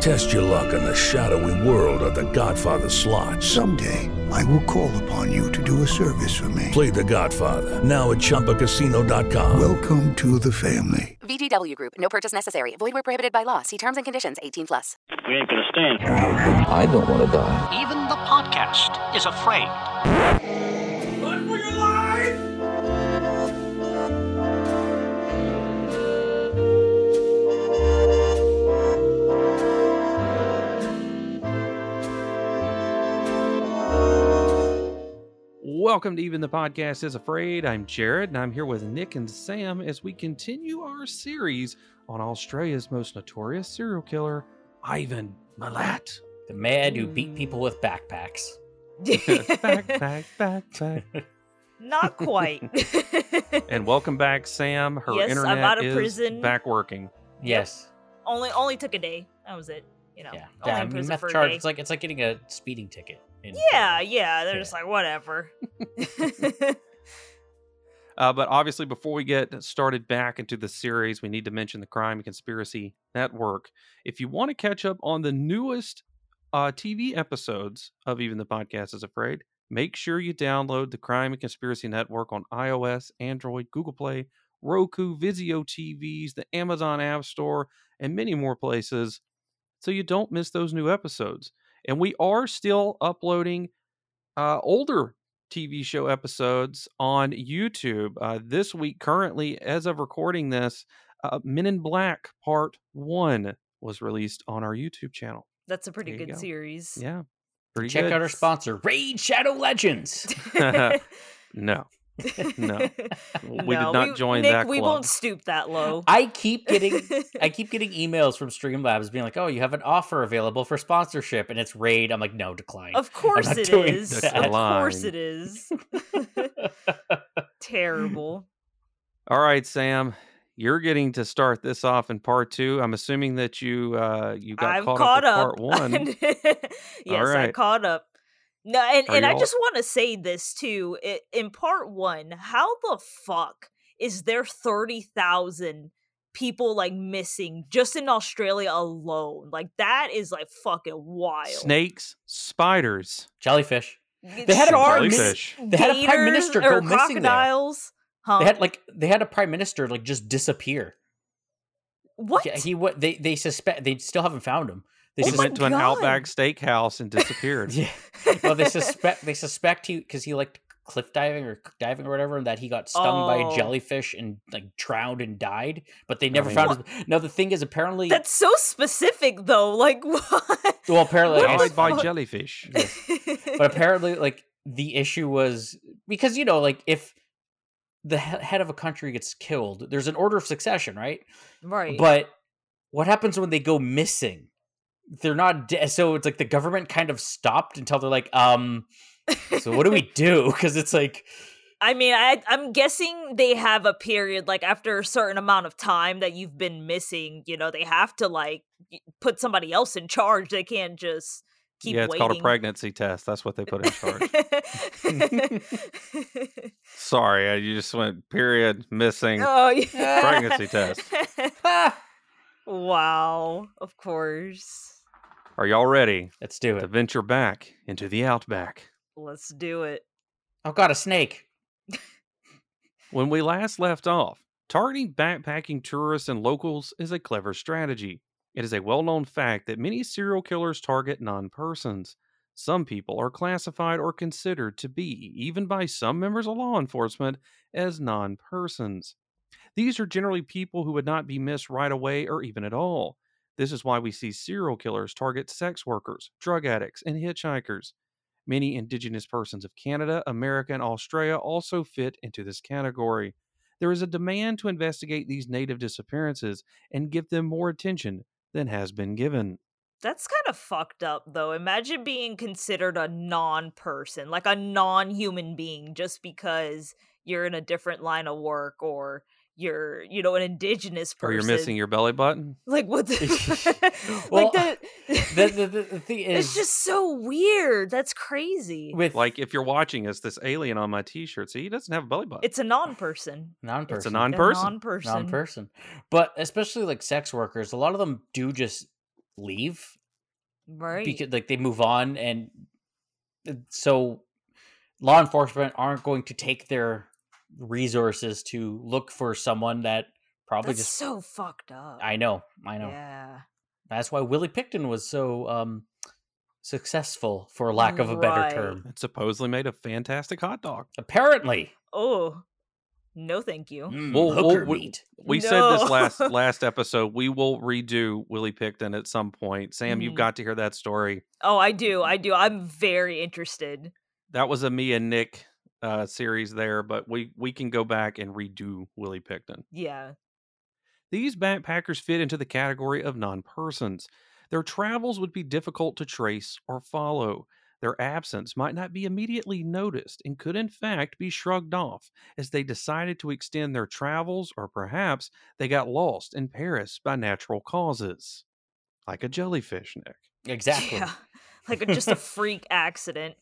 Test your luck in the shadowy world of The Godfather slot. Someday, I will call upon you to do a service for me. Play The Godfather now at ChumbaCasino.com. Welcome to the family. VGW Group. No purchase necessary. Void where prohibited by law. See terms and conditions. 18 plus. We ain't gonna stand for I don't want to die. Even the podcast is afraid. Welcome to Even the Podcast is Afraid. I'm Jared, and I'm here with Nick and Sam as we continue our series on Australia's most notorious serial killer, Ivan Milat. The man who beat Mm. people with backpacks. back, back, back, back. Not quite. And welcome back, Sam. Her Yes, I'm internet out of is prison. back working. Yes. only only took a day. That was it. You know, Yeah. only yeah. in prison meth for a charge. day. It's like it's like getting a speeding ticket. in- yeah, yeah. They're Yeah. just like whatever. Uh, but obviously, before we get started back into the series, we need to mention the Crime and Conspiracy Network. If you want to catch up on the newest uh, TV episodes of Even the Podcast is Afraid, make sure you download the Crime and Conspiracy Network on iOS, Android, Google Play, Roku, Vizio TVs, the Amazon App Store, and many more places so you don't miss those new episodes. And we are still uploading uh, older TV show episodes on YouTube. Uh, this week, currently, as of recording this, uh, Men in Black Part 1 was released on our YouTube channel. That's a pretty There you good go. series. Yeah. Pretty Check good. out our sponsor, Raid Shadow Legends. No, No. we did No, not join Nick, that club. We won't stoop that low. I keep getting I keep getting emails from Streamlabs being like, "Oh, you have an offer available for sponsorship," and it's Raid. I'm like, "No, decline." of course not it doing is. that. Of course Decline. it is. Terrible. All right, Sam, you're getting to start this off in part two. I'm assuming that you uh, you got I've caught, caught up, up. with part one. yes, I right. caught up. No, and, Are and you I all- just want to say this too. i- In part one, how the fuck is there thirty thousand people like missing just in Australia alone? Like that is like fucking wild. Snakes, spiders, Jellyfish. Y- They had a prime sharks, minister. jellyfish. They had a prime gators, minister or go missing there. crocodiles. Huh? They had like they had a prime minister like just disappear. what? Yeah, he what they they suspect they still haven't found him. They He Oh my went to an God. Outback Steakhouse and disappeared. Yeah. Well, they suspect they suspect he because he liked cliff diving or c- diving or whatever, and that he got stung by Oh. a jellyfish and like drowned and died. But they I never mean- found. His... No, the thing is apparently. That's so specific though. Like what? Well, apparently, What I the Died s- by fuck? jellyfish. but apparently, like the issue was because you know, like if the he- head of a country gets killed, there's an order of succession, right? right. But what happens when they go missing? They're not de- so it's like the government kind of stopped until they're like, um, so what do we do? Because it's like I mean, I, I'm guessing they have a period, like after a certain amount of time that you've been missing, you know, they have to like y- put somebody else in charge. They can't just keep yeah, it's waiting. called a pregnancy test. That's what they put in charge. pregnancy. Sorry, I, you just went period missing. oh, yeah. Pregnancy test. ah, Wow. Of course. Are y'all ready Let's do to it. venture back into the outback? Let's do it. Oh god, a snake. When we last left off, targeting backpacking tourists and locals is a clever strategy. It is a well known fact that many serial killers target non persons. Some people are classified or considered to be, even by some members of law enforcement, as non persons. These are generally people who would not be missed right away or even at all. This is why we see serial killers target sex workers, drug addicts, and hitchhikers. Many Indigenous persons of Canada, America, and Australia also fit into this category. There is a demand to investigate these native disappearances and give them more attention than has been given. That's kind of fucked up, though. Imagine being considered a non person, like a non human being, just because you're in a different line of work or you're, you know, an indigenous Or person. you're missing your belly button? Like, what the. Well, like, the, The, the, the, the thing is, it's just so weird. That's crazy. with Like if you're watching us, this alien on my t-shirt, see, he doesn't have a belly button. It's a non person. non-person, It's a non-person. Non person. non-person, but especially like sex workers, a lot of them do just leave Right. because like they move on, and uh, so law enforcement aren't going to take their resources to look for someone that probably That's just. so fucked up. I know, I know. Yeah. That's why Willie Picton was so um successful, for lack of a Right. better term. It supposedly made a fantastic hot dog. Apparently, Oh, no, thank you. Mm, Well, well, hooker we- meat. We said No. this last last episode. We will redo Willie Picton at some point. Sam, you've Mhm. got to hear that story. Oh, I do. I do. I'm very interested. that was a me and Nick uh, series there, but we we can go back and redo Willie Picton. Yeah. These backpackers fit into the category of non-persons. Their travels would be difficult to trace or follow. Their absence might not be immediately noticed and could in fact be shrugged off as they decided to extend their travels or perhaps they got lost in Paris by natural causes. Like a jellyfish, Nick. exactly. Yeah. Like a- just a freak accident.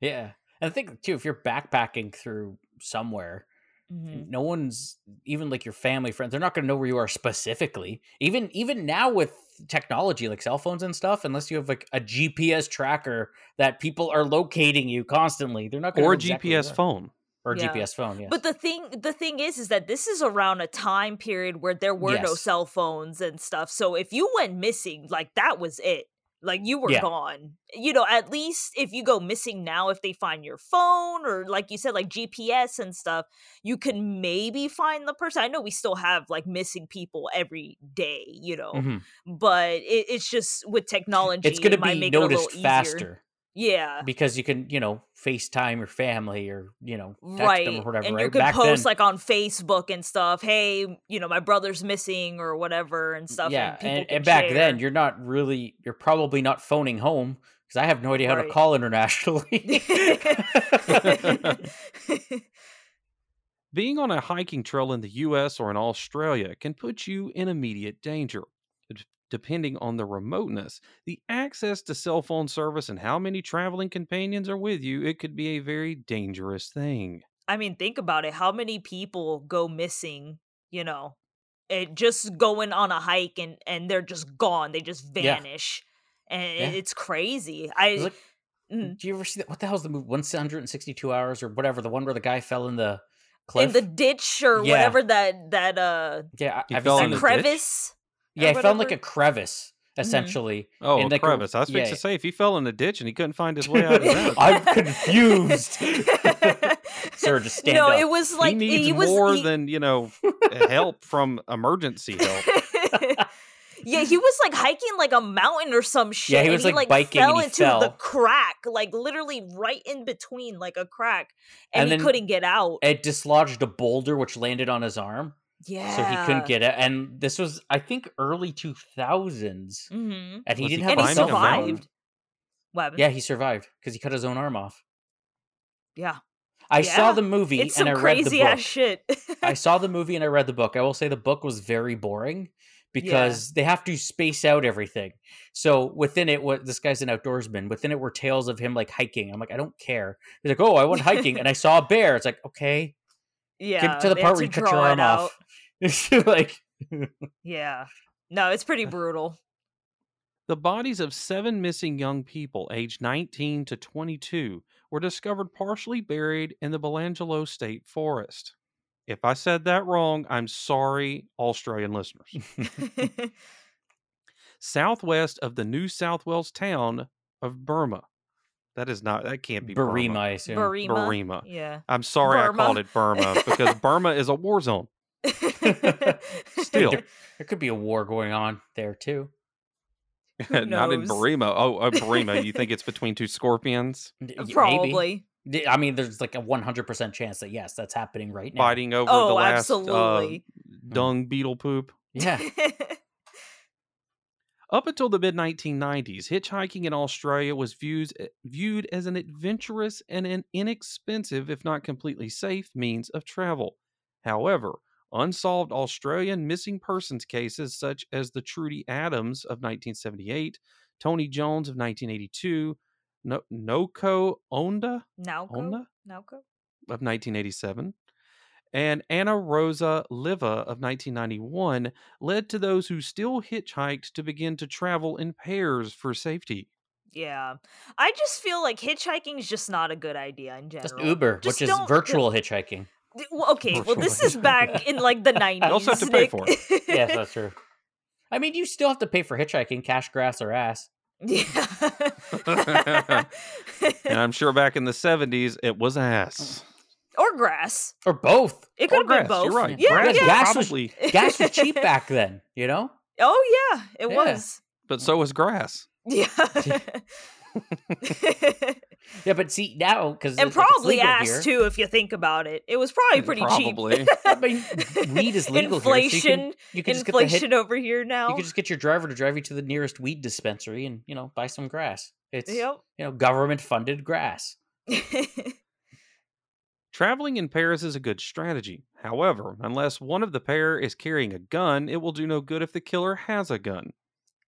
Yeah. And I think too, if you're backpacking through somewhere, Hmm. Mhm. no one's even like your family friends, they're not gonna know where you are specifically. Even even now with technology like cell phones and stuff, unless you have like a GPS tracker that people are locating you constantly. They're not gonna Or know a exactly GPS where. phone. Or Yeah. GPS phone, yeah. But the thing the thing is is that this is around a time period where there were no Yes. cell phones and stuff. So if you went missing, like that was it. Like you were Yeah. gone. You know, at least if you go missing now if they find your phone or like you said like GPS and stuff, you can maybe find the person. I know we still have like missing people every day, you Mm-hmm. know. Mhm. But it, it's just with technology It's gonna it might be make it a little noticed easier. faster Yeah. because you can, you know, FaceTime your family or, you know, text right them or whatever, and right? you could Back then- post like on facebook and stuff hey you know my brother's missing or whatever and stuff Yeah, and, people and, can and back then share. you're not really, you're probably not phoning home because I have no idea how Right. to call internationally. Being on a hiking trail in the US or in Australia can put you in immediate danger. D- Depending on the remoteness, the access to cell phone service, and how many traveling companions are with you, it could be a very dangerous thing. i mean think about it how many people go missing you know it just going on a hike and and they're just gone they just Yeah. vanish and Yeah. it's crazy i It's like- mm. Do you ever see that? What the hell's the movie? 162 hours or whatever, the one where the guy fell in the cliff? in the ditch or Yeah. whatever that that uh yeah, He I- have you fell seen in that the the- ditch? crevice Yeah, or I fell in like a whatever. Mm-hmm. crevice, essentially. Oh, in a like crevice. I was fixing yeah. to say if he fell in a ditch and he couldn't find his way out of that, I'm confused. Sir, just stand no, up. it was like he needs he was more he- than you know help from emergency help. yeah, he was like hiking like a mountain or some shit. he and was, he, like, like biking and fell he into the fell. crack, like literally right in between, like a crack, and, And he then- couldn't get out. It dislodged a boulder which landed on his arm, yeah, so he couldn't get it. And this was, I think, early 2000s, hmm and he Was he didn't have And a climbing he cell phone. survived. What happened? Yeah, he survived because he cut his own arm off. yeah, I Yeah. saw the movie it's and some I read the crazy book. ass shit. I saw the movie and I read the book. I will say the book was very boring because they have to space out everything. So within it, what this guy's an outdoorsman. Within it were tales of him like hiking. I'm like, I don't care. He's like, oh, I went hiking and I saw a bear. It's like, okay, yeah, get to the they had part where you cut your draw it arm out. off. It's like, Yeah, No, it's pretty brutal. The bodies of seven missing young people aged 19 to 22 were discovered partially buried in the Belangelo State Forest. If I said that wrong, I'm sorry, Australian listeners. Southwest of the New South Wales town of Burma. That is not, that can't be Burima, Burma. I assume. Burima. Burima. Yeah. I'm sorry Burma. I called it Burma because Burma is a war zone. Still. There, there could be a war going on there too. Who Not in knows? Burima. Oh, uh, Burima. You think it's between two scorpions N- y- maybe. Probably. D- I mean, there's like a 100% chance that yes, that's happening right now. fighting over the Oh, last uh, absolutely. dung beetle poop? Yeah. Up until the mid 1990s, hitchhiking in Australia was views, eh, viewed as an adventurous and an inexpensive, if not completely safe, means of travel. However, unsolved Australian missing persons cases, such as the Trudy Adams of 1978, Tony Jones of 1982, no- Noko Onda, Nauko. Onda Nauko. of 1987 and Anna Rosa Liva of 1991 led to those who still hitchhiked to begin to travel in pairs for safety. Yeah. I just feel like hitchhiking is just not a good idea in general. Just Uber, Just which is don't- virtual hitchhiking. D- well, okay, well, Virtual this is back in like the 90s. also have to pay Nick. for it. yes, that's true. I mean, you still have to pay for hitchhiking, cash, grass, or ass. Yeah. And I'm sure back in the 70s it was ass. or grass. Or both. It Or could have been grass, you're both. right. Yeah, Grass Because yeah. Gas, was, Probably, gas was cheap back then, you know? Oh yeah, it Yeah. was. but so was grass. Yeah. Yeah, but see, now, because. and probably ass too, if you think about it. It was probably pretty Probably. cheap. I mean, weed is legal here. so you Inflation, can- you can just get the hit- inflation over here now. You could just get your driver to drive you to the nearest weed dispensary and, you know, buy some grass. It's, Yep. you know, government funded grass. Traveling in pairs is a good strategy. However, unless one of the pair is carrying a gun, it will do no good if the killer has a gun.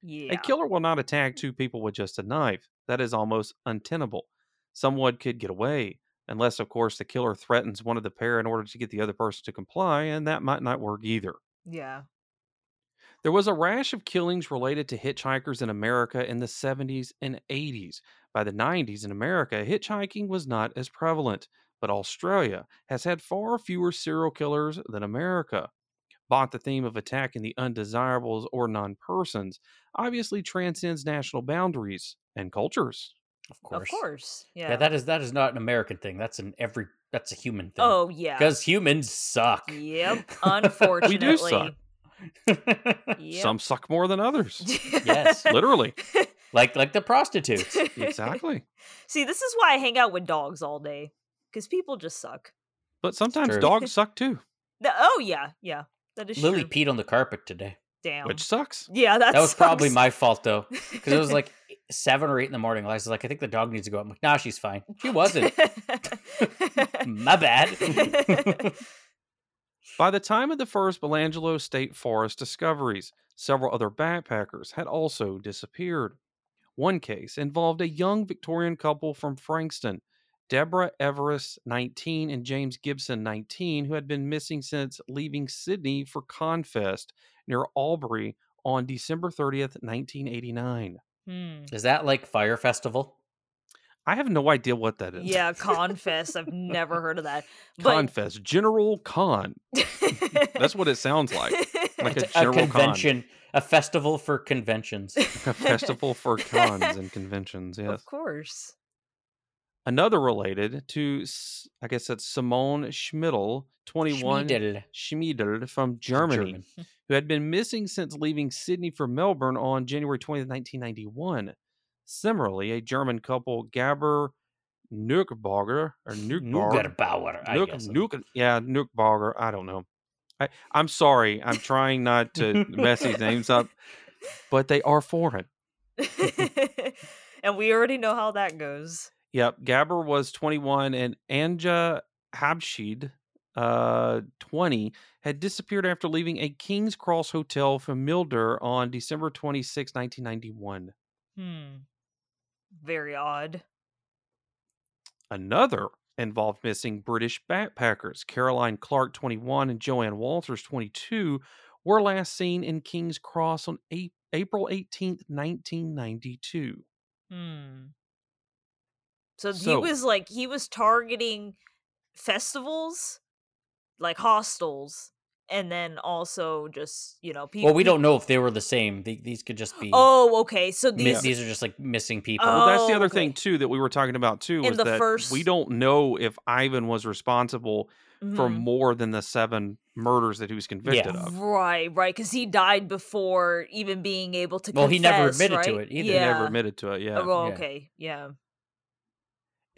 yeah. A killer will not attack two people with just a knife. That is almost untenable. Someone could get away, unless, of course, the killer threatens one of the pair in order to get the other person to comply, and that might not work either. Yeah. There was a rash of killings related to hitchhikers in America in the 70s and 80s. By the 90s in America, hitchhiking was not as prevalent, but Australia has had far fewer serial killers than America. Bought the theme of attacking the undesirables or non persons obviously transcends national boundaries and cultures. Of course. Of course. Yeah. Yeah, that is that is not an American thing. That's an every that's a human thing. oh yeah. because humans suck. Yep. Unfortunately. suck. Yep. Some suck more than others. Yes. Literally. like like the prostitutes. Exactly. See, this is why I hang out with dogs all day because people just suck. But sometimes true. dogs suck too, The- oh yeah, yeah, that is Lily true. peed on the carpet today. Damn. which sucks. yeah, that, That was probably sucks. my fault though, because it was like e, seven or eight in the morning. Liza's like, I think the dog needs to go. out." I'm like, Nah, she's fine. She wasn't. my bad. By the time of the first Belangelo State Forest discoveries, several other backpackers had also disappeared. One case involved a young Victorian couple from Frankston, Deborah Everest, 19, and James Gibson, 19, who had been missing since leaving Sydney for Confest near Albury on December 30th, 1989. Hmm. is that like fire festival? I have no idea what that is. Yeah, confess. I've never heard of that. But Confest, General Con. That's what it sounds like. Like a It's general con. convention, a festival for conventions. A festival for cons and conventions, yes. Of course. another related to S- I guess that's Simone Schmidl, 21 Schmiedel. Schmiedel from Germany, German. who had been missing since leaving Sydney for Melbourne on January 20th, 1991. Similarly, a German couple, Gaber Nuckbarger or Nuckbarger, Nugerbauer, I Nuck, guess. Nuck, yeah, Nuckbarger, I don't know. I, I'm sorry. I'm trying not to mess these names up, but they are foreign. and we already know how that goes. Yep, Gabber was 21 and Anja Habshid, uh, 20, had disappeared after leaving a King's Cross hotel from Milder on December 26, 1991. Hmm. Very odd. Another involved missing British backpackers, Caroline Clark, 21, and Joanne Walters, 22, were last seen in King's Cross on A- April 18th, 1992. Hmm. So, he So- was like he was targeting festivals, like hostels, and then also just you know people. Well, we don't know if they were the same. The- These could just be. Oh, okay. So mi- these. these are just like missing people. Oh, Well, that's the other okay. thing too that we were talking about too In was the that we first- don't know if Ivan was responsible for mhm. more than the seven murders that he was convicted Yeah. of. Right, right, because he died before even being able to. Well, he never confess, admitted to right? it either. Yeah. He never admitted to it. Yeah. Oh, well, Yeah. okay, yeah. mm-hmm.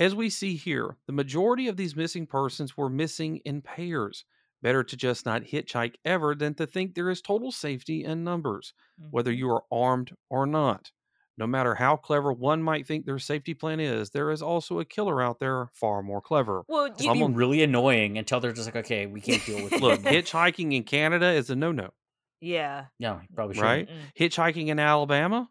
As we see here, the majority of these missing persons were missing in pairs. Better to just not hitchhike ever than to think there is total safety in numbers, whether Mm-hmm. you are armed or not. No matter how clever one might think their safety plan is, there is also a killer out there far more clever. Well, Just you, be someone- really annoying until they're just like, okay, we can't deal with you." Look, hitchhiking in Canada is a no no. yeah. No, you probably should. Right? Mm-mm. Hitchhiking in Alabama,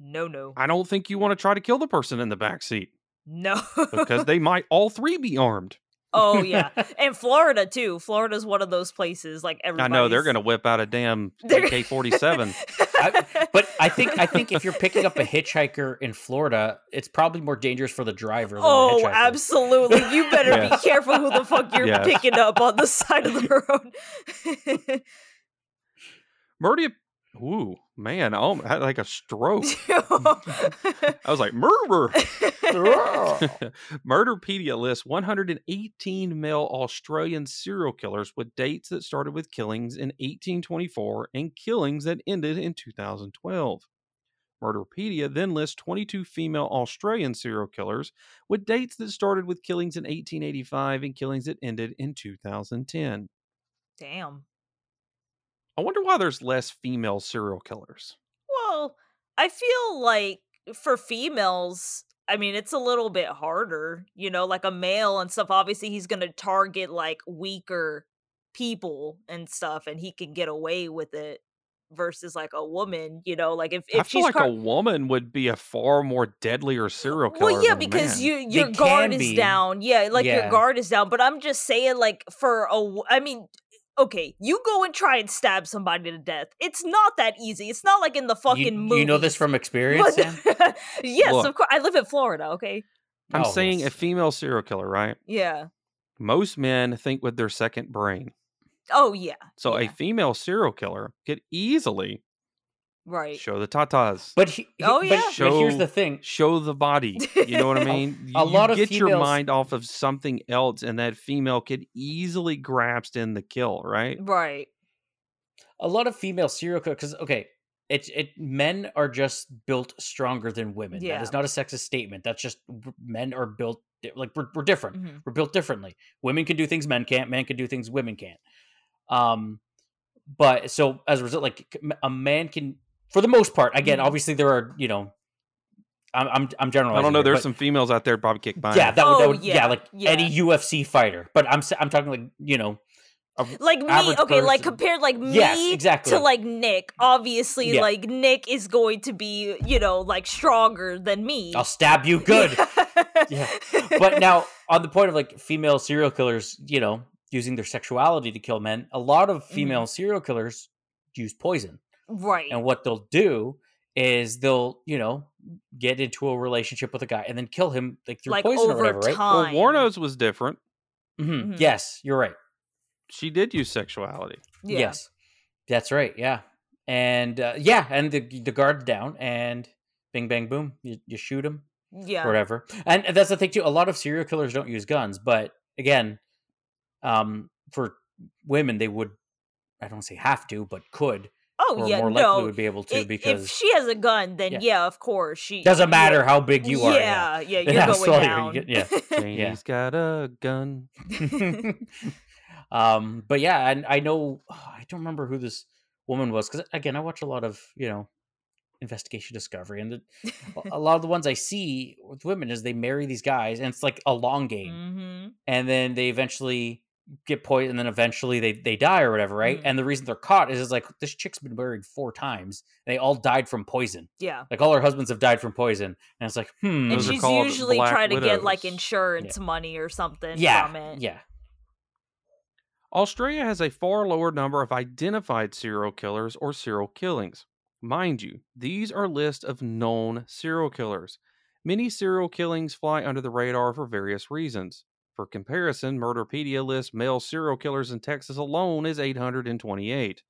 No, no, I don't think you want to try to kill the person in the back seat no. because they might all three be armed. oh yeah, and Florida too. Florida's one of those places. Like I everybody. know they're going to whip out a damn They're- AK 47. I- but I think I think if you're picking up a hitchhiker in Florida, it's probably more dangerous for the driver. Than the Oh, hitchhiker. absolutely! You better be Yes. careful who the fuck you're Yes. picking up on the side of the road. Murdy, ooh, man, I almost had like a stroke. I was like, murder. Murderpedia lists 118 male Australian serial killers with dates that started with killings in 1824 and killings that ended in 2012. Murderpedia then lists 22 female Australian serial killers with dates that started with killings in 1885 and killings that ended in 2010. Damn. I wonder why there's less female serial killers. Well, I feel like for females, I mean, it's a little bit harder, you know, like a male and stuff. Obviously, he's going to target like weaker people and stuff, and he can get away with it versus like a woman, you know, like if, if I feel she's like car- Uh, a woman would be a far more deadlier serial killer. well, yeah, than a because man. you your They guard can is be. down. Yeah, like Yeah. your guard is down. But I'm just saying, like for a, w- I mean, okay, you go and try and stab somebody to death. It's not that easy. It's not like in the fucking you, movie. you know this from experience. Sam? yes, Look. of course. I live in Florida. Okay. I'm Oh, saying a yes. female serial killer, right? Yeah. Most men think with their second brain. Oh yeah. So a Yeah. female serial killer could easily Right. show the tatas, But he, he- Oh, but- yeah. but, here's Show- the thing. show the body. You know what I A- mean? a You lot of get your females- mind off of something else, and that female could easily grasp in the kill, right? Right. A lot of female serial killers, because okay, it it men are just built stronger than women. That Yeah. is not a sexist statement. That's just w- men are built di- like we're, we're different. Mhm. We're built differently. Women can do things men can't. Men can do things women can't. Um, but so as a result, like c- m- a man can, for the most part, again, Mhm. obviously there are you know, I'm I'm I'm generalizing. I don't know. here, There's but- some females out there that'd probably kick my Yeah, ass. that would, that Oh, would yeah, yeah, like yeah. any UFC fighter. But I'm s- I'm talking like you know, a- Like me, average okay, like person. compared like me Yes, exactly. to like Nick, obviously Yeah. like Nick is going to be, you know, like stronger than me. I'll stab you good. Yeah. but now on the point of like female serial killers, you know, using their sexuality to kill men, a lot of Mm-hmm. female serial killers use poison. right. And what they'll do is they'll, you know, get into a relationship with a guy and then kill him like through like poison over or whatever, right? Well, time. Warnos was different. Mhm. Mhm. Yes, you're right. She did use sexuality. Yeah. Yes. That's right. Yeah. And uh, yeah, and the the guard's down and bing bang boom, you, you shoot him. Yeah. or whatever. And and that's the thing too. A lot of serial killers don't use guns, but again, um, for women they would. I don't say have to, but could, Oh or yeah. more no. likely would be able to I- because if she has a gun, then Yeah. yeah, of course she doesn't yeah. matter how big you are. Yeah, yeah, you're Yeah, going sorry, you down. get- yeah. Janie's got a gun. um, but yeah, and I know I don't remember who this woman was because again, I watch a lot of you know investigation discovery, and the, a lot of the ones I see with women is they marry these guys, and it's like a long game. hmm and then they eventually get poisoned and then eventually they, they die or whatever right Mhm. and the reason they're caught is, is like this chick's been married four times and they all died from poison Yeah. like all her husbands have died from poison and it's like hmm And Those are she's called usually black trying to get like widows. insurance money or something yeah from it. yeah Australia has a far lower number of identified serial killers or serial killings. Mind you, these are lists of known serial killers. Many serial killings fly under the radar for various reasons. For comparison, Murderpedia lists male serial killers in Texas alone as 828.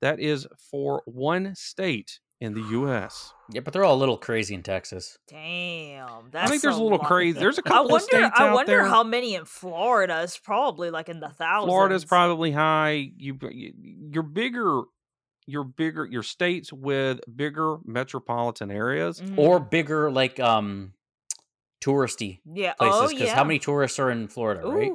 That is for one state in the U.S. Yeah, but they're all a little crazy in Texas. Damn, I that's think there's a little lot. crazy. There's a I couple of wonder. states I out wonder there. how many in Florida is probably like in the thousands. Florida's probably high. You your bigger your bigger your states with bigger metropolitan areas. Mhm. Or bigger, like um, touristy yeah. places. oh Because yeah. how many tourists are in Florida, Ooh, right?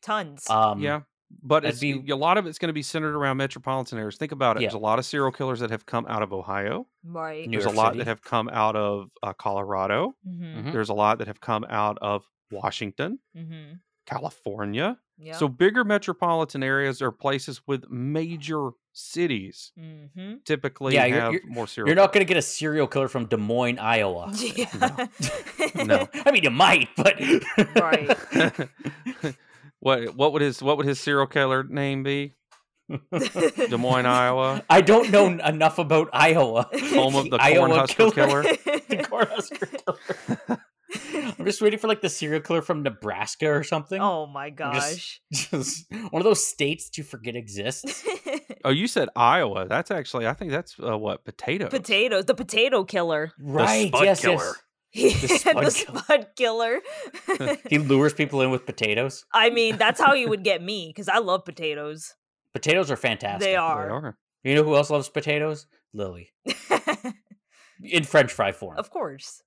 tons. Uh, Um, yeah. But it's, that'd be- a lot of it's going to be centered around metropolitan areas. Think about it. Yeah. There's a lot of serial killers that have come out of Ohio. right. New There's York a lot City. that have come out of uh, Colorado. Mm-hmm. Mhm. There's a lot that have come out of Washington, Mm-hmm. California. Yeah. So bigger metropolitan areas are places with major cities Mm-hmm. typically Yeah, you're- have you're- more serial You're not going to get a serial killer from Des Moines, Iowa. Yeah. no, I mean you might, but Right. what what would his what would his serial killer name be? Des Moines, Iowa. I don't know n- enough about Iowa. Home of the Cornhusker Killer. the Cornhusker killer. I'm just waiting for like the serial killer from Nebraska or something. oh my I'm gosh. Just one of those states that you forget exists. Oh, you said Iowa. That's actually I think that's uh, what potato. Potatoes. The potato killer. Right? Spud yes, Killer. He spud had the spud killer. yes. He lures people in with potatoes. I mean, that's how you would get me because I love potatoes. Potatoes are fantastic. They They are. are. You know who else loves potatoes? Lily in French fry form. of course.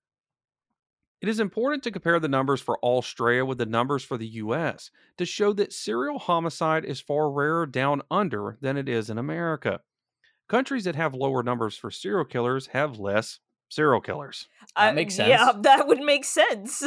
It is important to compare the numbers for Australia with the numbers for the US to show that serial homicide is far rarer down under than it is in America. Countries that have lower numbers for serial killers have less serial killers. That I- makes uh, Yeah, sense. that would make sense.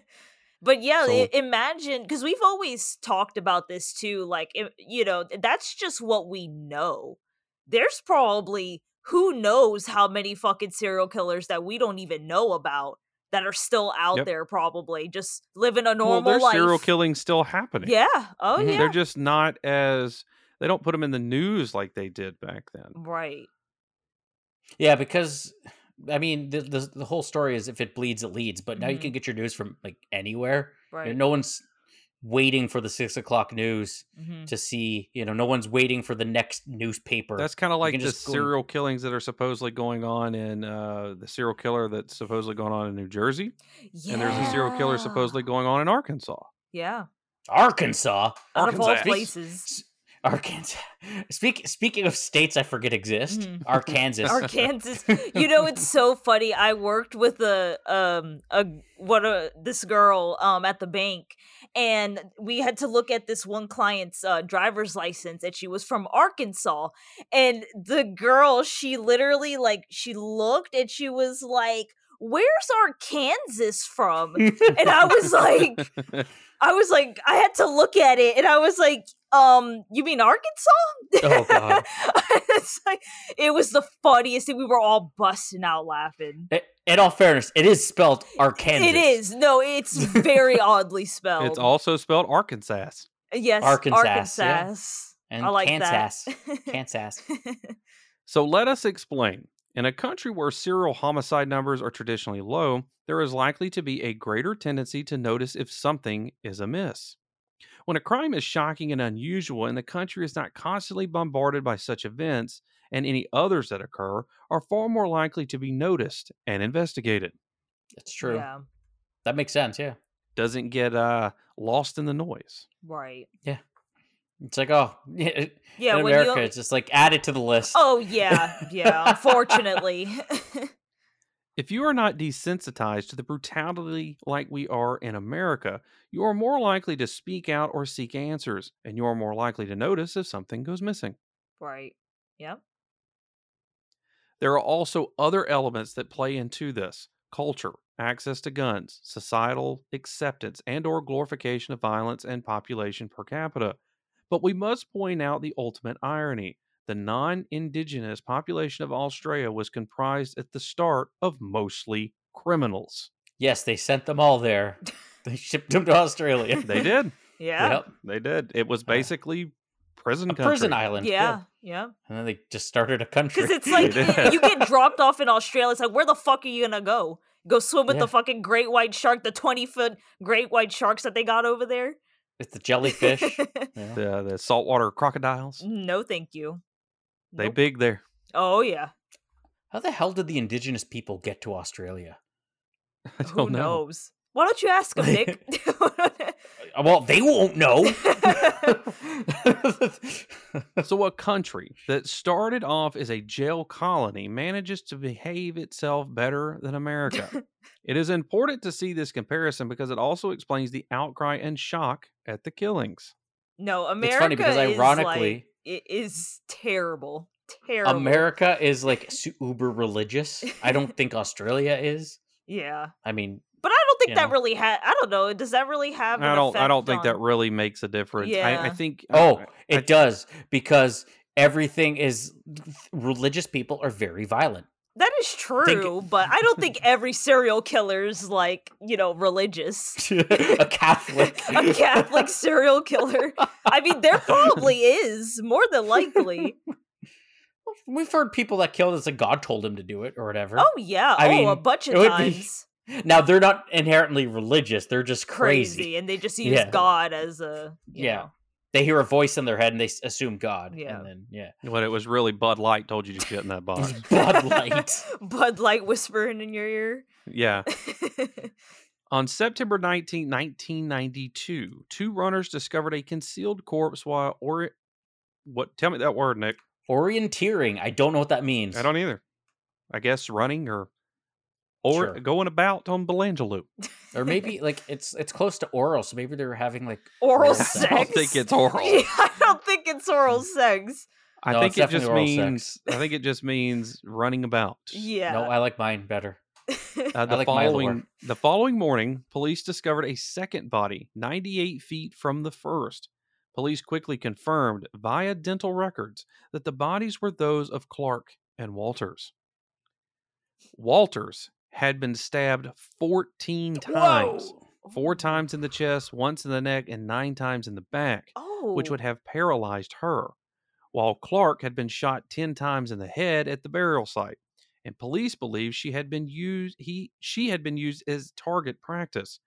but yeah, i- So- imagine because we've always talked about this too. Like, i- you know, that's just what we know. There's probably who knows how many fucking serial killers that we don't even know about that are still out Yep. there, probably just living a well, normal there's life. serial killings still happening. Mm-hmm. Yeah. Oh Mhm. yeah. They're just not as they don't put them in the news like they did back then. right. Yeah, because I mean the, the the whole story is if it bleeds, it leads. But now you Mhm. can get your news from like anywhere. You know, Right. no one's waiting for the six o'clock news Mhm. to see. You know, no one's waiting for the next newspaper. That's kind of like can the just go and- serial killings that are supposedly going on in uh, the serial killer that's supposedly going on in New Jersey, Yeah. and there's a serial killer supposedly going on in Arkansas. Yeah. Arkansas. Out of all Arkansas. places. S- Arkansas. Speak, speaking of states I forget exist, Mhm. Arkansas. Arkansas. you know, it's so funny. I worked with a um a what a this girl um at the bank, and we had to look at this one client's uh, driver's license, and she was from Arkansas, and the girl she literally like she looked and she was like. Where's Arkansas from? And I was like, I was like, I had to look at it, and I was like, um, you mean Arkansas? Oh, God. It's like- it was the funniest thing. We were all busting out laughing. I- In all fairness, it is spelled Arkansas. It is no, it's very oddly spelled. It's also spelled Arkansas. yes, Arkansas, yeah. Arkansas. And I like Kansas. that. Kansas. So let us explain. In a country where serial homicide numbers are traditionally low, there is likely to be a greater tendency to notice if something is amiss. When a crime is shocking and unusual and the country is not constantly bombarded by such events and any others that occur are far more likely to be noticed and investigated. That's true. Yeah, That makes sense. Yeah. Doesn't get uh, lost in the noise. right. It's like, oh, Yeah, in when America, you. it's just like added to the list. Oh yeah, yeah. Unfortunately, If you are not desensitized to the brutality like we are in America, you are more likely to speak out or seek answers, and you are more likely to notice if something goes missing. right. Yep. There are also other elements that play into this culture, access to guns, societal acceptance and or glorification of violence and population per capita. But we must point out the ultimate irony. The non-indigenous population of Australia was comprised at the start of mostly criminals. Yes, they sent them all there. They shipped them to Australia. They did. Yeah. Yep. They did. It was basically prison A country. prison island. Yeah. Yeah. And then they just started a country. Because it's like Yeah. you get dropped off in Australia. It's like, where the fuck are you gonna go? Go swim with Yeah. the fucking great white shark, the twenty foot great white sharks that they got over there. it's the jellyfish. you know? The, the saltwater crocodiles. no, thank you. They Nope. big there. Oh yeah. How the hell did the indigenous people get to Australia? I Who don't know. knows? Why don't you ask him, Nick? Uh, Well, they won't know. oh, so a country that started off as a jail colony manages to behave itself better than America. it is important to see this comparison because it also explains the outcry and shock at the killings. no, America. it's funny because is, ironically, like, it is terrible. Terrible. America is like su- uber religious. I don't think Australia is. Yeah, I mean, but I don't think You that know. really had. I don't know. Does that really have? an I don't I effect don't think that on- really makes a difference. I, I Yeah. think oh, I- it I- does because everything is religious people are very violent. That is true, but I don't think every serial killer is like you know religious. a Catholic. a Catholic serial killer. I mean, there probably is more than likely. We've heard people that killed us and God told him to do it or whatever. Oh yeah, I oh mean, a bunch of it would be times. Now they're not inherently religious; they're just Oh. Crazy. crazy. and they just use Yeah. God as a you Yeah, know. They hear a voice in their head and they s- assume God. Yeah. and then yeah, But it was really Bud Light told you to shit in that box. Bud Light. Bud Light whispering in your ear. yeah. On September 19, 1992, two runners discovered a concealed corpse while or what tell me that word, Nick. Orienteering. I don't know what that means. I don't either. I guess running or or Sure. going about on Belangeloop. Or maybe like it's it's close to oral, so maybe they're having like oral sex. sex. I don't think it's oral. Yeah, I don't think it's oral sex. I No, think it's it just definitely oral means I think it just means running about. Yeah. no. I like mine better. Uh, the like my other word. following the following morning, police discovered a second body 98 feet from the first. Police quickly confirmed via dental records that the bodies were those of Clark and Walters. Walters had been stabbed 14 times. Whoa! Four times in the chest, once in the neck, and nine times in the back. oh. which would have paralyzed her, while Clark had been shot 10 times in the head at the burial site. And police believe she had been used he she had been used as target practice.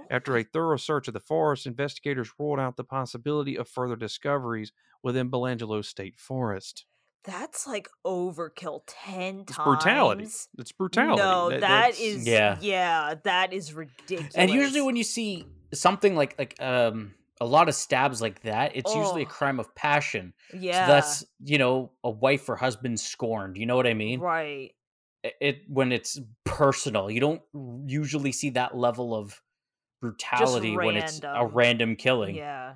Oh After a thorough search of the forest, investigators ruled out the possibility of further discoveries within Belangelo State Forest. that's like overkill ten It's times. brutality. It's brutality. No, That- that that's- is Yeah. yeah. that is ridiculous. And usually when you see something like like um a lot of stabs like that, it's usually a Oh. crime of passion. yeah, So that's you know a wife or husband scorned. You know what I mean? right. I- It when it's personal, you don't r- usually see that level of brutality when it's a random. random killing. Yeah,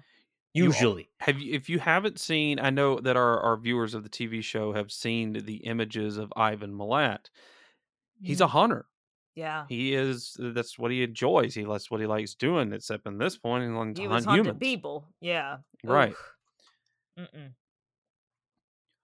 You al- Usually, Have you, if you haven't seen, I know that our, our viewers of the TV show have seen the images of Ivan Milat. He's a Mm. hunter. yeah. he is uh, that's what he enjoys he that's what he likes doing except in this point he likes He to hunt was hunting humans people. Yeah, Right. Oof. Mm-mm.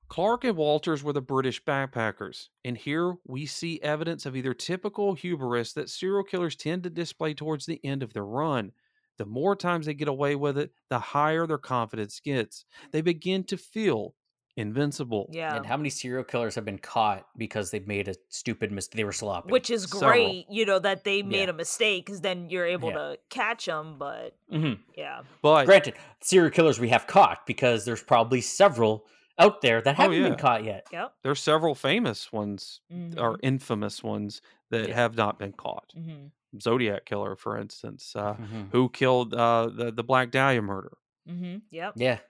clark and walters were the british backpackers and here we see evidence of either typical hubris that serial killers tend to display towards the end of their run the more times they get away with it the higher their confidence gets they begin to feel invincible Yeah, and how many serial killers have been caught because they made a stupid mistake? They were sloppy. which is several. great. You know that they made Yeah. a mistake because then you're able Yeah. to catch them. But Mhm. yeah, but Granted, serial killers we have caught because there's probably several out there that Oh, haven't yeah. been caught yet. yep. there's several famous ones or mhm, infamous ones that Yeah. have not been caught mhm, zodiac killer for instance uh, Mm-hmm. who killed uh, the the Black Dahlia murder. mhm, Yep. Yeah.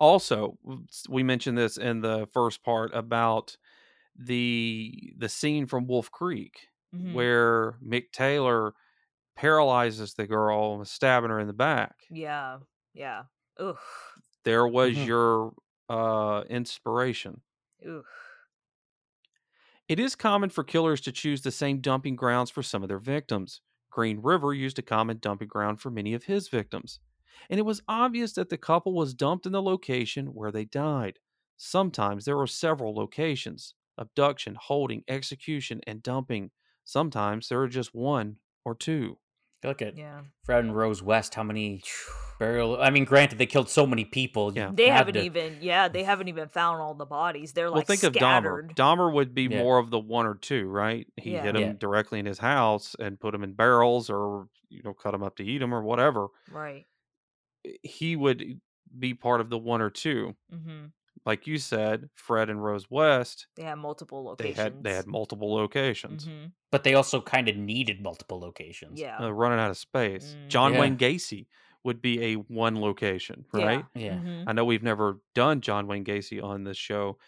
Also, w- s- we mentioned this in the first part about the the scene from Wolf Creek mhm, where Mick Taylor paralyzes the girl and was stabbing her in the back. Yeah. Yeah. Oof. There was Mhm. your uh, inspiration. Oof. It is common for killers to choose the same dumping grounds for some of their victims. Green River used a common dumping ground for many of his victims, and it was obvious that the couple was dumped in the location where they died. Sometimes there were several locations abduction, holding, execution, and dumping. Sometimes there are just one or two. Look at Yeah. Fred and Rose West. How many burial? I mean, granted, they killed so many people. you Yeah. They had haven't to- even yeah, they haven't even found all the bodies. They're well, like think scattered. of Dahmer. Dahmer would be Yeah. more of the one or two, right? He Yeah. hit him Yeah. directly in his house and put him in barrels, or you know, cut him up to eat him, or whatever. Right. eh, He would e, be part of the one or two, Mm-hmm. like you said. Fred and Rose West, They had multiple they locations. had they had multiple locations, Mhm. But they also kind of needed multiple locations. Yeah. uh, running out of space. Mm. John Yeah. Wayne Gacy would be a one location, Yeah. right? Yeah. Mhm. I know we've never done John Wayne Gacy on this show.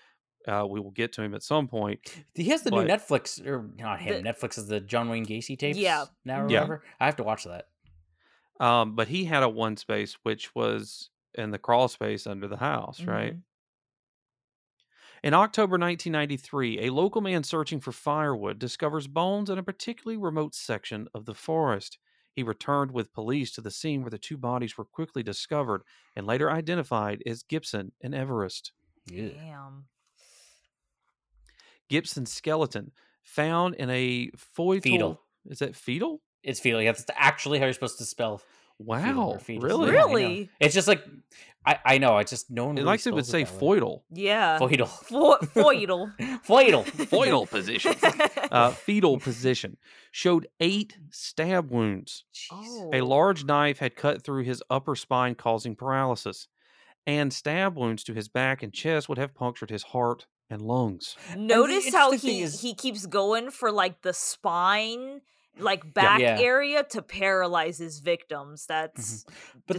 Uh, we will get to him at some point. He has the new But- Netflix, or not him. Netflix is the John Wayne Gacy tapes. Yeah. Now or Yeah. whatever. I have to watch that. Um, but he had a one space, which was in the crawl space under the house, right? Mhm. In October 1993, a local man searching for firewood discovers bones in a particularly remote section of the forest. He returned with police to the scene where the two bodies were quickly discovered and later identified as Gibson and Everest. Yeah. Damn. Gibson's skeleton, found in a foetal. Fetal. Is that fetal? It's fetal. That's actually how you're supposed to spell. fetal or Wow. fetus. Really? Yeah, I know. Really? It's just like I, I know. I just no one. It really likes it would say spells that way. foetal. Yeah. Foetal. Fo- foetal. Foetal. Oh, Foetal position. uh, fetal position showed eight stab wounds. Oh. A large knife had cut through his upper spine, causing paralysis, and stab wounds to his back and chest would have punctured his heart and lungs. Notice how interesting thing he is- he keeps going for like the spine, like back Yeah. area to paralyze his Mm-hmm. victims. That's But the, the thing I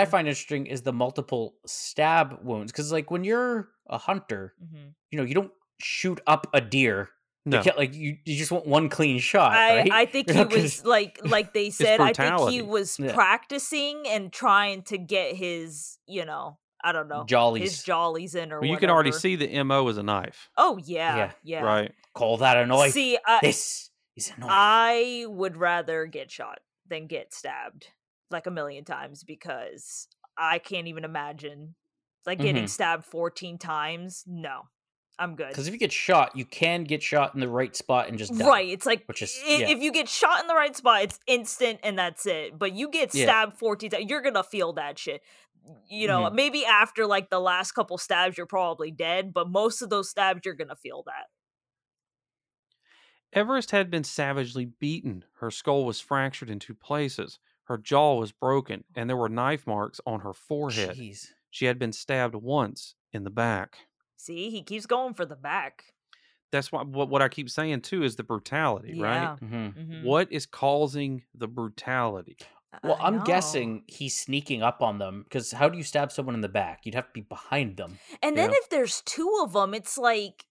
disturbing. find interesting is the multiple stab wounds. Because like when you're a hunter, Mhm. you know you don't shoot up a deer. to No, kill- like you, you just want one clean shot. I right? I think You're he not gonna was like like they said. I think he brutality. was Yeah. practicing and trying to get his you know I don't know his Jollies. jollies in or well, you can already whatever. see the mo is a knife, Oh yeah, yeah. Yeah. right? call that a knife. See, I, Ah, this is a knife. I would rather get shot than get stabbed like a million times because I can't even imagine like getting Mhm. stabbed 14 times. No, I'm good. Because if you get shot, you can get shot in the right spot and just die. Right. It's like which is- i- yeah. if you get shot in the right spot, it's instant and that's it. But you get Yeah. stabbed 14 times, you're going to feel that shit. You know, Mm-hmm. maybe after like the last couple stabs, you're probably dead, but most of those stabs, you're going to feel that. Everest had been savagely beaten. Her skull was fractured in two places. Her jaw was broken, and there were knife marks on her forehead. Jeez. She had been stabbed once in the back. See, he keeps going for the back. That's why what, what I keep saying too is the brutality, Yeah. right? Mhm. Mhm. What is causing the brutality? I Well, I'm know. guessing he's sneaking up on them because how do you stab someone in the back? You'd have to be behind them. And then Yeah. if there's two of them, it's like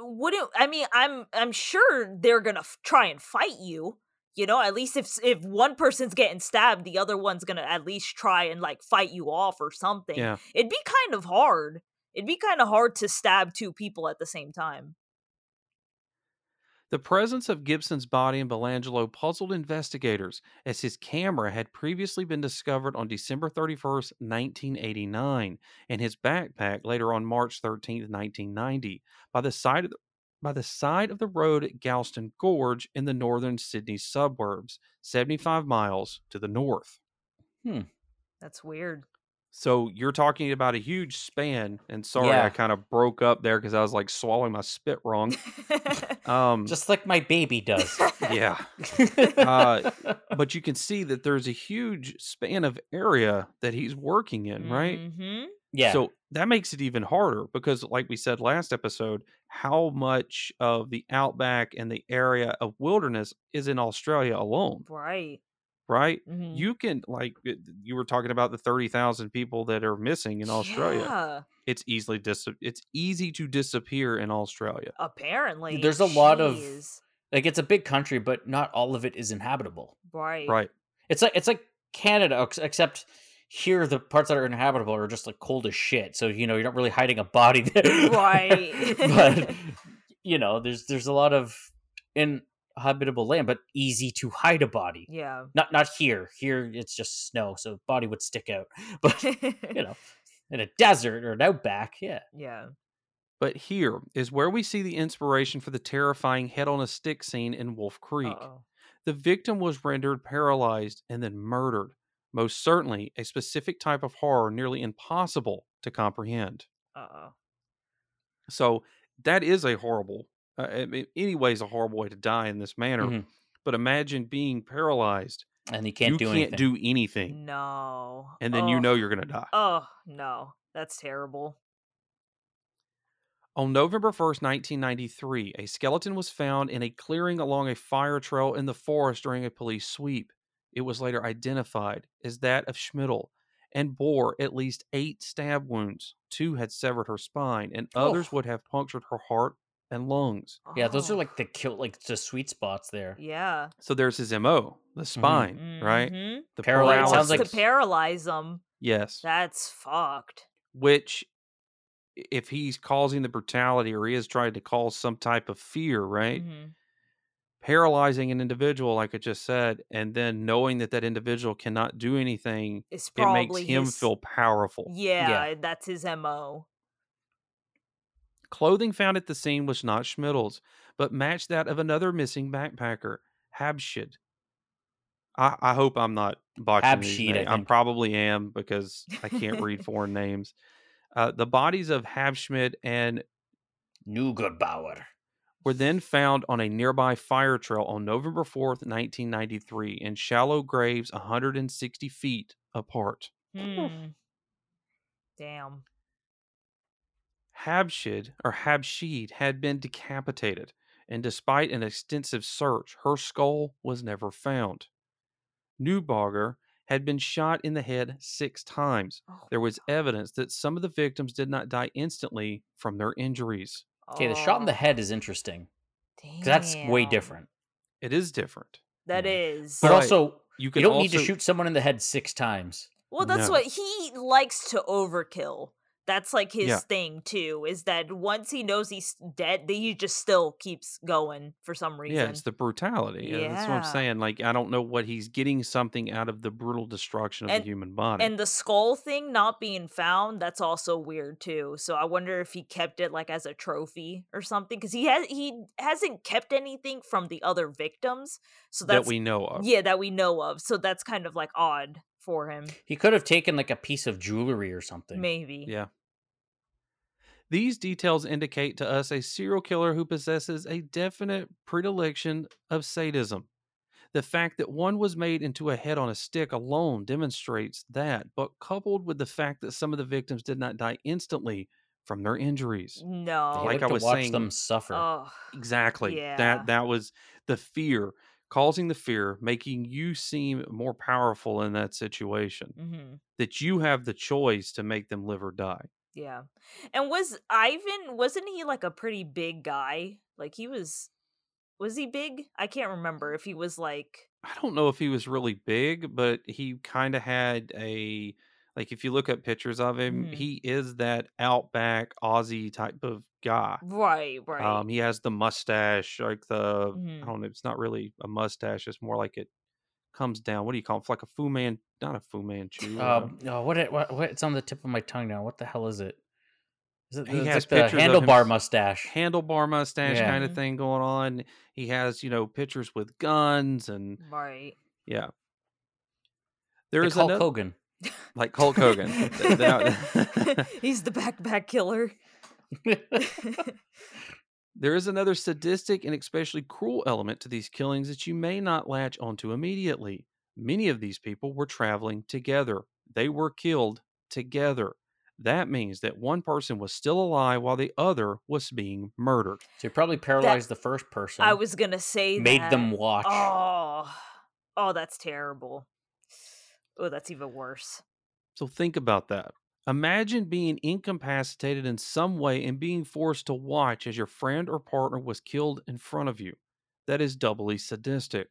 wouldn't I mean I'm I'm sure they're gonna f- try and fight you. You know, at least if s- if one person's getting stabbed, the other one's gonna at least try and like fight you off or something. Yeah. It'd be kind of hard. It'd be kind of hard to stab two people at the same time. The presence of Gibson's body in Belangelo puzzled investigators as his camera had previously been discovered on December 31st, 1989, and his backpack later on March 13th, 1990, by the side of the by the side of the road at Galston Gorge in the northern Sydney suburbs, 75 miles to the north. That's weird. So you're talking about a huge span, and sorry I Yeah. kind of broke up there because I was like swallowing my spit wrong. Um, Just like my baby does. yeah, Uh, but you can see that there's a huge span of area that he's working in, right? hmm yeah. So that makes it even harder because, like we said last episode, how much of the outback and the area of wilderness is in Australia alone, Right. right? Mhm. You can like it- you were talking about the thirty thousand people that are missing in Australia. Yeah, It's easily dis- It's easy to disappear in Australia. apparently. There's a lot of- Jeez. like it's a big country, but not all of it is inhabitable. right. Right. It's like it's like Canada, ex- except here the parts that are inhabitable are just like cold as shit. So you know you're not really hiding a body there, Right. but you know there's there's a lot of inhabitable land, but easy to hide a body. Yeah. Not not here. Here it's just snow, so body would stick out. But you know, in a desert or an outback, yeah. yeah. But here is where we see the inspiration for the terrifying head on a stick scene in Wolf Creek. Uh-oh. The victim was rendered paralyzed and then murdered. Most certainly, a specific type of horror nearly impossible to comprehend. Uh, So that is a horrible, uh, I mean, anyways, a horrible way to die in this manner. Mhm. But imagine being paralyzed. and he can't you do can't anything. do anything, no. and then you know you're going to die. Oh no, that's terrible. On November 1st, 1993, a skeleton was found in a clearing along a fire trail in the forest during a police sweep. It was later identified as that of Schmidl and bore at least eight stab wounds. Two had severed her spine, and others Oof. would have punctured her heart and lungs. yeah, those are Oh, like the kill, like the sweet spots there. yeah. So there's his MO, the spine, right? Mhm. The Well, it Like, sounds just like- to paralyze them. yes. That's fucked. Which, i- if he's causing the brutality or he is trying to cause some type of fear, right? Mhm. paralyzing an individual, like I just said, and then knowing that that individual cannot do anything, It's it probably makes him his- feel powerful. Yeah, that's his mo. Clothing found at the scene was not Schmidl's, but matched that of another missing backpacker, Habshid. I, I hope I'm not botching these Habshid, I names. I think. probably am because I can't read foreign names. Uh, the bodies of Habshid and Nugerbauer. were then found on a nearby fire trail on November 4th, 1993, in shallow graves 160 feet apart. Hmm. Damn. Habshid or Habshid had been decapitated, and despite an extensive search, her skull was never found. Neubarger had been shot in the head six times. Oh, There was evidence that some of the victims did not die instantly from their injuries. Okay, the shot in the oh, head is interesting 'cause that's way damn. different. It is different. That Yeah. is. But Right. also, You, you can don't need to also- shoot someone in the head six times. Well, that's No. what he likes to overkill. That's like his Yeah. thing too. Is that once he knows he's dead, that he just still keeps going for some reason. Yeah, it's the brutality. uh, That's what I'm Yeah. saying. Like, I don't know what he's getting something out of the brutal destruction of And- the human body. and the skull thing not being found, that's also weird too. So I wonder if he kept it like as a trophy or something because he has he hasn't kept anything from the other victims. So that that's we know of. yeah that we know of. So that's kind of like odd for him, He could have taken like a piece of jewelry or something. maybe. Yeah. These details indicate to us a serial killer who possesses a definite predilection of sadism. The fact that one was made into a head on a stick alone demonstrates that, but coupled with the fact that some of the victims did not die instantly from their injuries. They No. Like like I to was watch saying- them suffer. Oh. Exactly. Yeah. That that was the fear, causing the fear, making you seem more powerful in that situation. hmm That you have the choice to make them live or die. Yeah. And was Ivan wasn't he like a pretty big guy? Like he was was he big? I can't remember if he was like I don't know if he was really big, but he kind of had a like if you look up pictures of him, Mhm. he is that outback Aussie type of guy. right, right. Um he has the mustache, like the I Mhm. don't know, it's not really a mustache, it's more like it comes down. What do you call it? It's like a Fu Man not a Fu Manchu. uh, Um, oh, what, it- what, what? It's on the tip of my tongue now. What the hell is it? Is it He it's has like the pictures of handlebar him- mustache? handlebar mustache Yeah. kind of Mhm. thing going on. He has, you know, pictures with guns and right. yeah. There Like is Hulk another Hogan. like Hulk Hogan. Th- that- He's the backpack killer. There is another sadistic and especially cruel element to these killings that you may not latch onto immediately. Many of these people were traveling together. They were killed together. That means that one person was still alive while the other was being murdered. So he probably paralyzed the first person. I was going to say made them that. watch. Oh. Oh, that's terrible. Oh, that's even worse. So think about that. Imagine being incapacitated in some way and being forced to watch as your friend or partner was killed in front of you. That is doubly sadistic.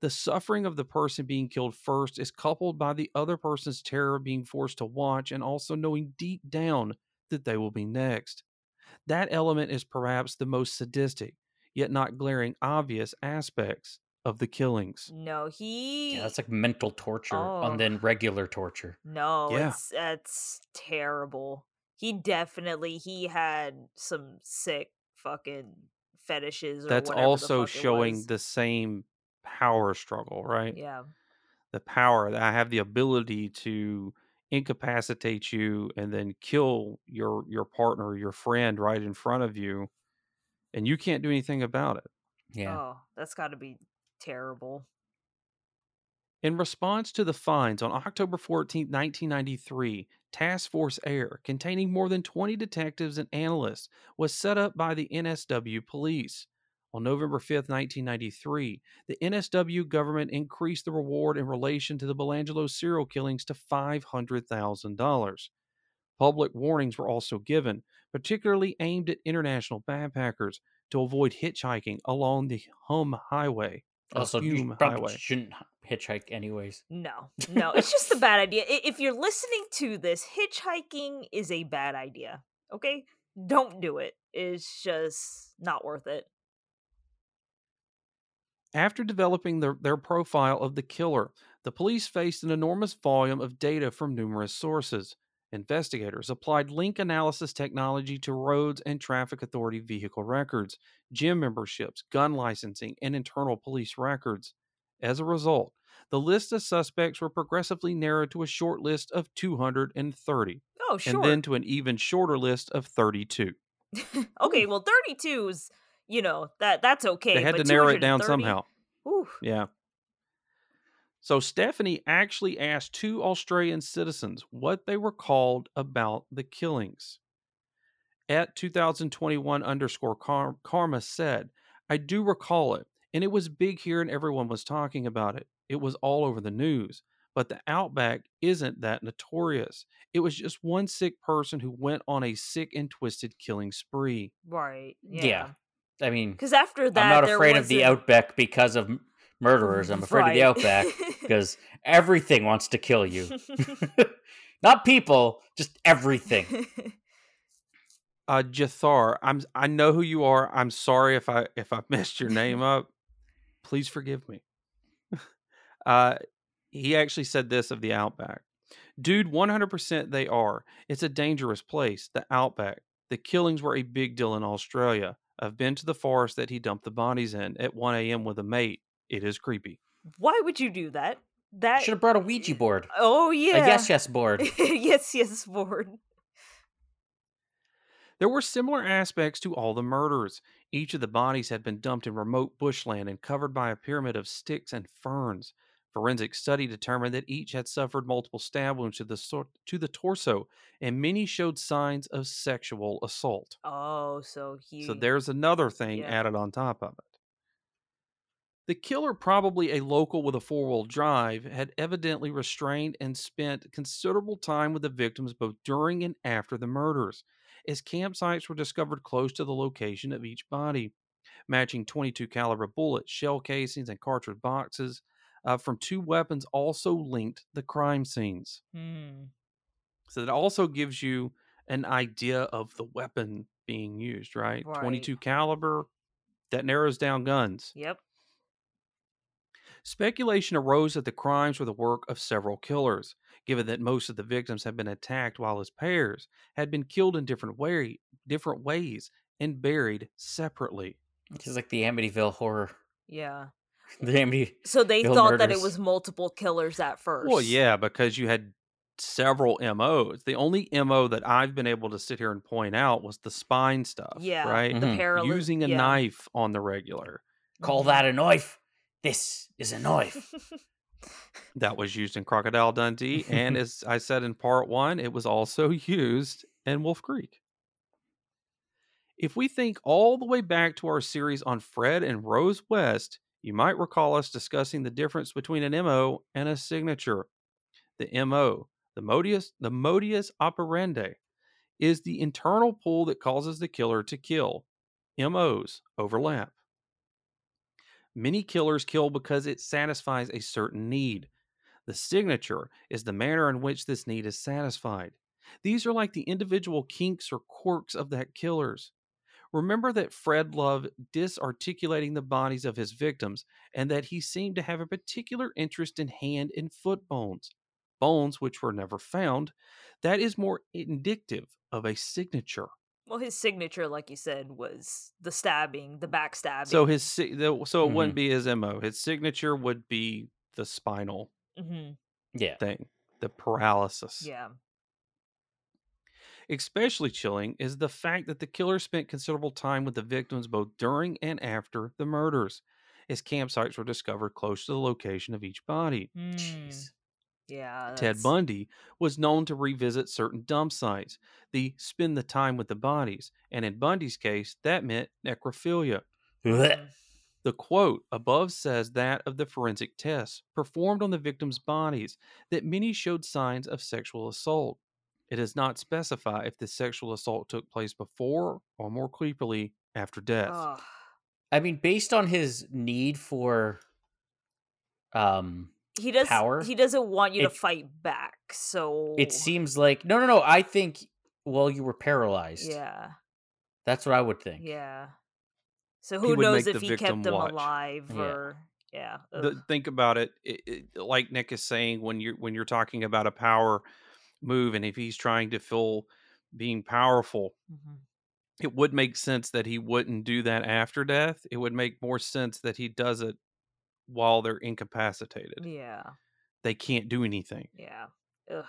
The suffering of the person being killed first is coupled by the other person's terror of being forced to watch and also knowing deep down that they will be next. That element is perhaps the most sadistic, yet not glaring obvious aspects of the killings. No, he yeah, that's like mental torture, Oh. and then regular torture. No, Yeah. it's that's terrible. He definitely he had some sick fucking fetishes. Or That's whatever the also fuck it showing was. the same power struggle, right? Yeah. The power that I have the ability to incapacitate you and then kill your your partner, your friend right in front of you, and you can't do anything about it. Yeah. Oh, that's got to be terrible. In response to the fines on October 14, 1993, Task Force Air, containing more than 20 detectives and analysts, was set up by the NSW police. On November 5, 1993, the NSW government increased the reward in relation to the Belangelo serial killings to $500,000. Public warnings were also given, particularly aimed at international backpackers, to avoid hitchhiking along the Hum Highway. or Also, you Hume probably shouldn't hitchhike, anyways. No, no, it's just a bad idea. I- If you're listening to this, hitchhiking is a bad idea. Okay, don't do it. It's just not worth it. After developing their, their profile of the killer, the police faced an enormous volume of data from numerous sources. Investigators applied link analysis technology to roads and traffic authority vehicle records, gym memberships, gun licensing, and internal police records. As a result, the list of suspects were progressively narrowed to a short list of 230, Oh, sure. and then to an even shorter list of 32. okay, well, 32 is, you know, that that's okay. they had to but narrow it down 230? somehow. Ooh, Yeah. So Stephanie actually asked two Australian citizens what they were called about the killings. At 2021 underscore Kar- Karma said, I do recall it, and it was big here and everyone was talking about it. It was all over the news. But the outback isn't that notorious. It was just one sick person who went on a sick and twisted killing spree. right. Yeah. Yeah. I mean, Because after that, I'm not there afraid of the wasn't- outback because of m- murderers. I'm afraid of the Right. outback because everything wants to kill you. not people, just everything. uh Jathar, I'm I know who you are. I'm sorry if I if I messed your name up. Please forgive me. uh he actually said this of the Outback. Dude, 100% they are. It's a dangerous place, the Outback. The killings were a big deal in Australia. I've been to the forest that he dumped the bodies in at 1 a.m. with a mate. It is creepy. Why would you do that? That. Should have brought a Ouija board, Oh, yeah. a yes yes board. yes, yes, board. There were similar aspects to all the murders. Each of the bodies had been dumped in remote bushland and covered by a pyramid of sticks and ferns. Forensic study determined that each had suffered multiple stab wounds to the, sor- to the torso, and many showed signs of sexual assault. Oh, so he. So there's another thing yeah. added on top of it. The killer, probably a local with a four wheel drive, had evidently restrained and spent considerable time with the victims both during and after the murders, as campsites were discovered close to the location of each body, matching 22 caliber bullets, shell casings, and cartridge boxes uh, from two weapons also linked the crime scenes. Hmm. So that also gives you an idea of the weapon being used, right? Right. 22 caliber that narrows down guns. Yep. Speculation arose that the crimes were the work of several killers, given that most of the victims had been attacked while his pairs had been killed in different way, different ways and buried separately. This is like the Amityville horror. Yeah. The Amity. So they Bill thought that it murders. was multiple killers at first. Well, yeah, because you had several MOs. The only MO that I've been able to sit here and point out was the spine stuff, Yeah. right? The Mhm. paralyzed. using a yeah. knife on the regular Call that a knife. This is a knife. that was used in crocodile dundee and as i said in part one it was also used in wolf creek if we think all the way back to our series on fred and rose west you might recall us discussing the difference between an mo and a signature the mo the modius the modius operandi is the internal pull that causes the killer to kill mos overlap Many killers kill because it satisfies a certain need. The signature is the manner in which this need is satisfied. These are like the individual kinks or quirks of that killer's. Remember that Fred loved disarticulating the bodies of his victims and that he seemed to have a particular interest in hand and foot bones, bones which were never found. That is more indicative of a signature. Well, his signature, like you said, was the stabbing, the backstabbing. So his si- the, so it Mhm. wouldn't be his mo. His signature would be the spinal hmm Yeah. thing, the paralysis. yeah, Especially chilling is the fact that the killer spent considerable time with the victims both during and after the murders. His campsites were discovered close to the location of each body. Mm, Jeez. yeah. Ted that's- Bundy was known to revisit certain dump sites, the spend the time with the bodies, and in Bundy's case, that meant necrophilia. Hmm. Mm. Blech. The quote above says that of the forensic tests performed on the victims' bodies that many showed signs of sexual assault. It does not specify if the sexual assault took place before or more creepily after death. Ugh. I mean, based on his need for um he does. Power? He doesn't want you to It- fight back. So it seems like no no no, I think well you were paralyzed. Yeah, That's what I would think. yeah. So He who would knows make if the he kept victim them watch. alive Yeah. or yeah? the, ugh. think about it, it, it like nick is saying when you're when you're talking about a power move and if he's trying to feel being powerful Mhm. it would make sense that he wouldn't do that after death it would make more sense that he does it while they're incapacitated Yeah, they can't do anything yeah. Ugh.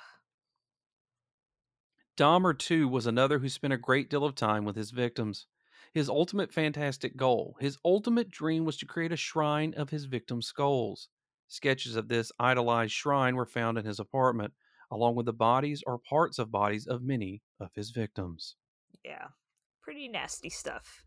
Dahmer, too, was another who spent a great deal of time with his victims. His ultimate fantastic goal, his ultimate dream was to create a shrine of his victims' skulls. Sketches of this idolized shrine were found in his apartment, along with the bodies or parts of bodies of many of his victims. yeah pretty nasty stuff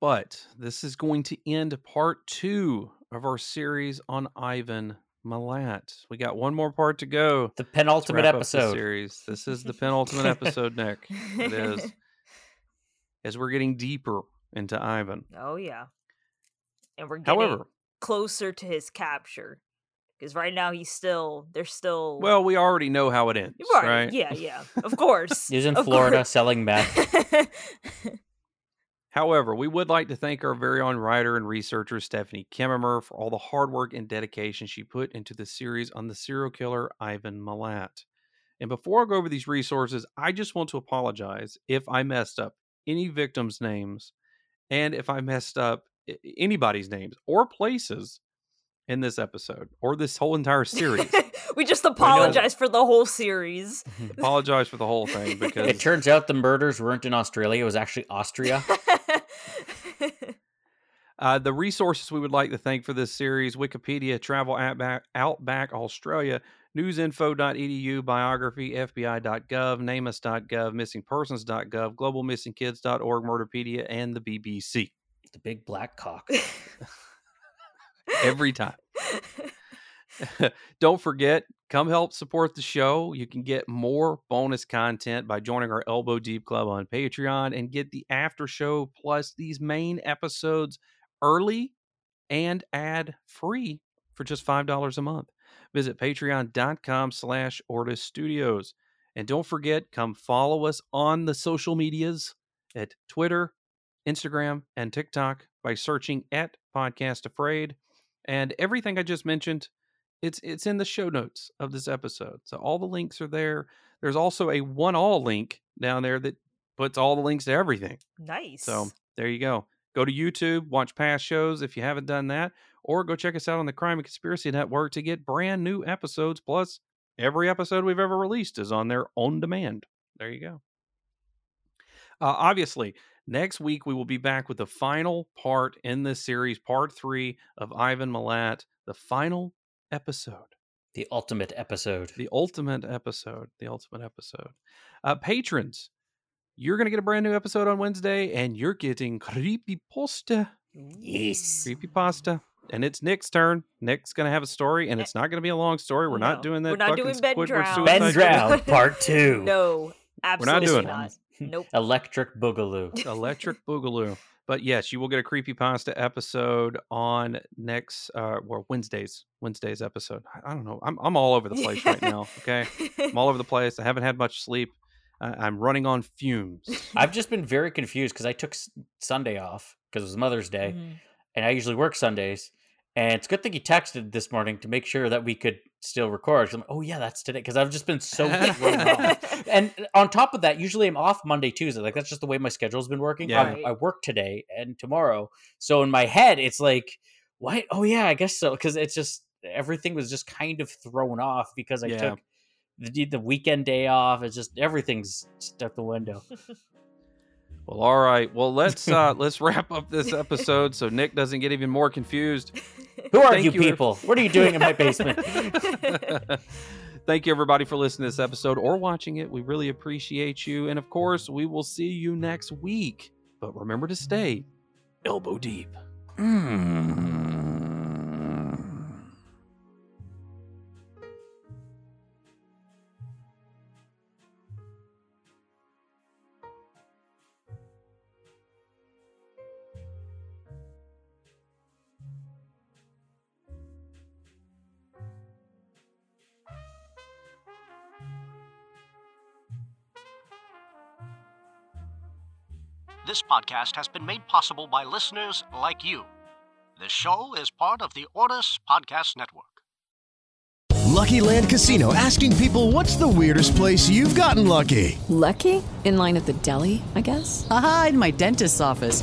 But this is going to end part two of our series on Ivan Milat. We got one more part to go. The Let's penultimate wrap up the episode. series. This is the penultimate episode, Nick. It is. as we're getting deeper into Ivan. oh yeah and we're getting However, closer to his capture because right now he's still they're still well, we already know how it ends, right, right? yeah yeah of course He was in of Florida course. selling meth. However, we would like to thank our very own writer and researcher Stephanie Kimmerer for all the hard work and dedication she put into the series on the serial killer Ivan Milat. And before I go over these resources, I just want to apologize if I messed up any victims' names and if I messed up i- anybody's names or places in this episode or this whole entire series. we just apologize for the whole series apologize for the whole thing because it turns out the murders weren't in Australia, it was actually Austria. Uh, the resources we would like to thank for this series Wikipedia, Travel Outback, Outback Australia, newsinfo.edu, biography, FBI.gov, namus.gov, missingpersons.gov, globalmissingkids.org, Murderpedia, and the BBC. the big black cock. Every time. Don't forget, come help support the show. You can get more bonus content by joining our Elbow Deep Club on Patreon and get the after show plus these main episodes early and ad free for just $5 a month. Visit patreon.com slash Ortis Studios. And don't forget, come follow us on the social medias at Twitter, Instagram, and TikTok by searching at Podcast Afraid. And everything I just mentioned it's it's in the show notes of this episode. So all the links are there. There's also a one all link down there that puts all the links to everything. nice So there you go. Go to YouTube, watch past shows if you haven't done that, or go check us out on the Crime and Conspiracy Network to get brand new episodes. Plus, every episode we've ever released is on there on demand. There you go. Uh, obviously, next week we will be back with the final part in this series, part three of Ivan Milat, the final episode the ultimate episode. the ultimate episode the ultimate episode uh patrons you're gonna get a brand new episode on wednesday and you're getting creepy pasta yes. creepy pasta and it's nick's turn nick's gonna have a story and it's not gonna be a long story we're not Eh, No, doing that we're not fucking doing Ben Squidward Drown. suicide Ben thing. Drown, part two. no absolutely doing it. not. nope Electric Boogaloo. electric boogaloo but yes you will get a creepy pasta episode on next uh well wednesday's wednesday's episode I- i don't know i'm, I'm all over the place right now okay i'm all over the place i haven't had much sleep I- i'm running on fumes I've just been very confused because I took S- Sunday off because it was Mother's Day, Mhm. and I usually work Sundays, And it's a good thing you texted this morning to make sure that we could still record. I'm like, oh yeah, that's today because I've just been so thrown off. And on top of that, usually I'm off Monday, Tuesday. Like that's just the way my schedule's been working. Yeah. I'm- I work today and tomorrow, so in my head it's like, what? Oh yeah, I guess so. Because it's just everything was just kind of thrown off because I Yeah. took the, the weekend day off. It's just everything's just out the window. Well, all right. Well, let's uh let's wrap up this episode so Nick doesn't get even more confused. Who are Thank you you, ev- people? What are you doing in my basement? Thank you everybody for listening to this episode or watching it. We really appreciate you. And of course, we will see you next week. But remember to stay elbow deep. Hmm. This podcast has been made possible by listeners like you. The show is part of the Onus Podcast Network. Lucky Land Casino asking people what's the weirdest place you've gotten lucky? Lucky? In line at the deli, I guess? Aha, in my dentist's office.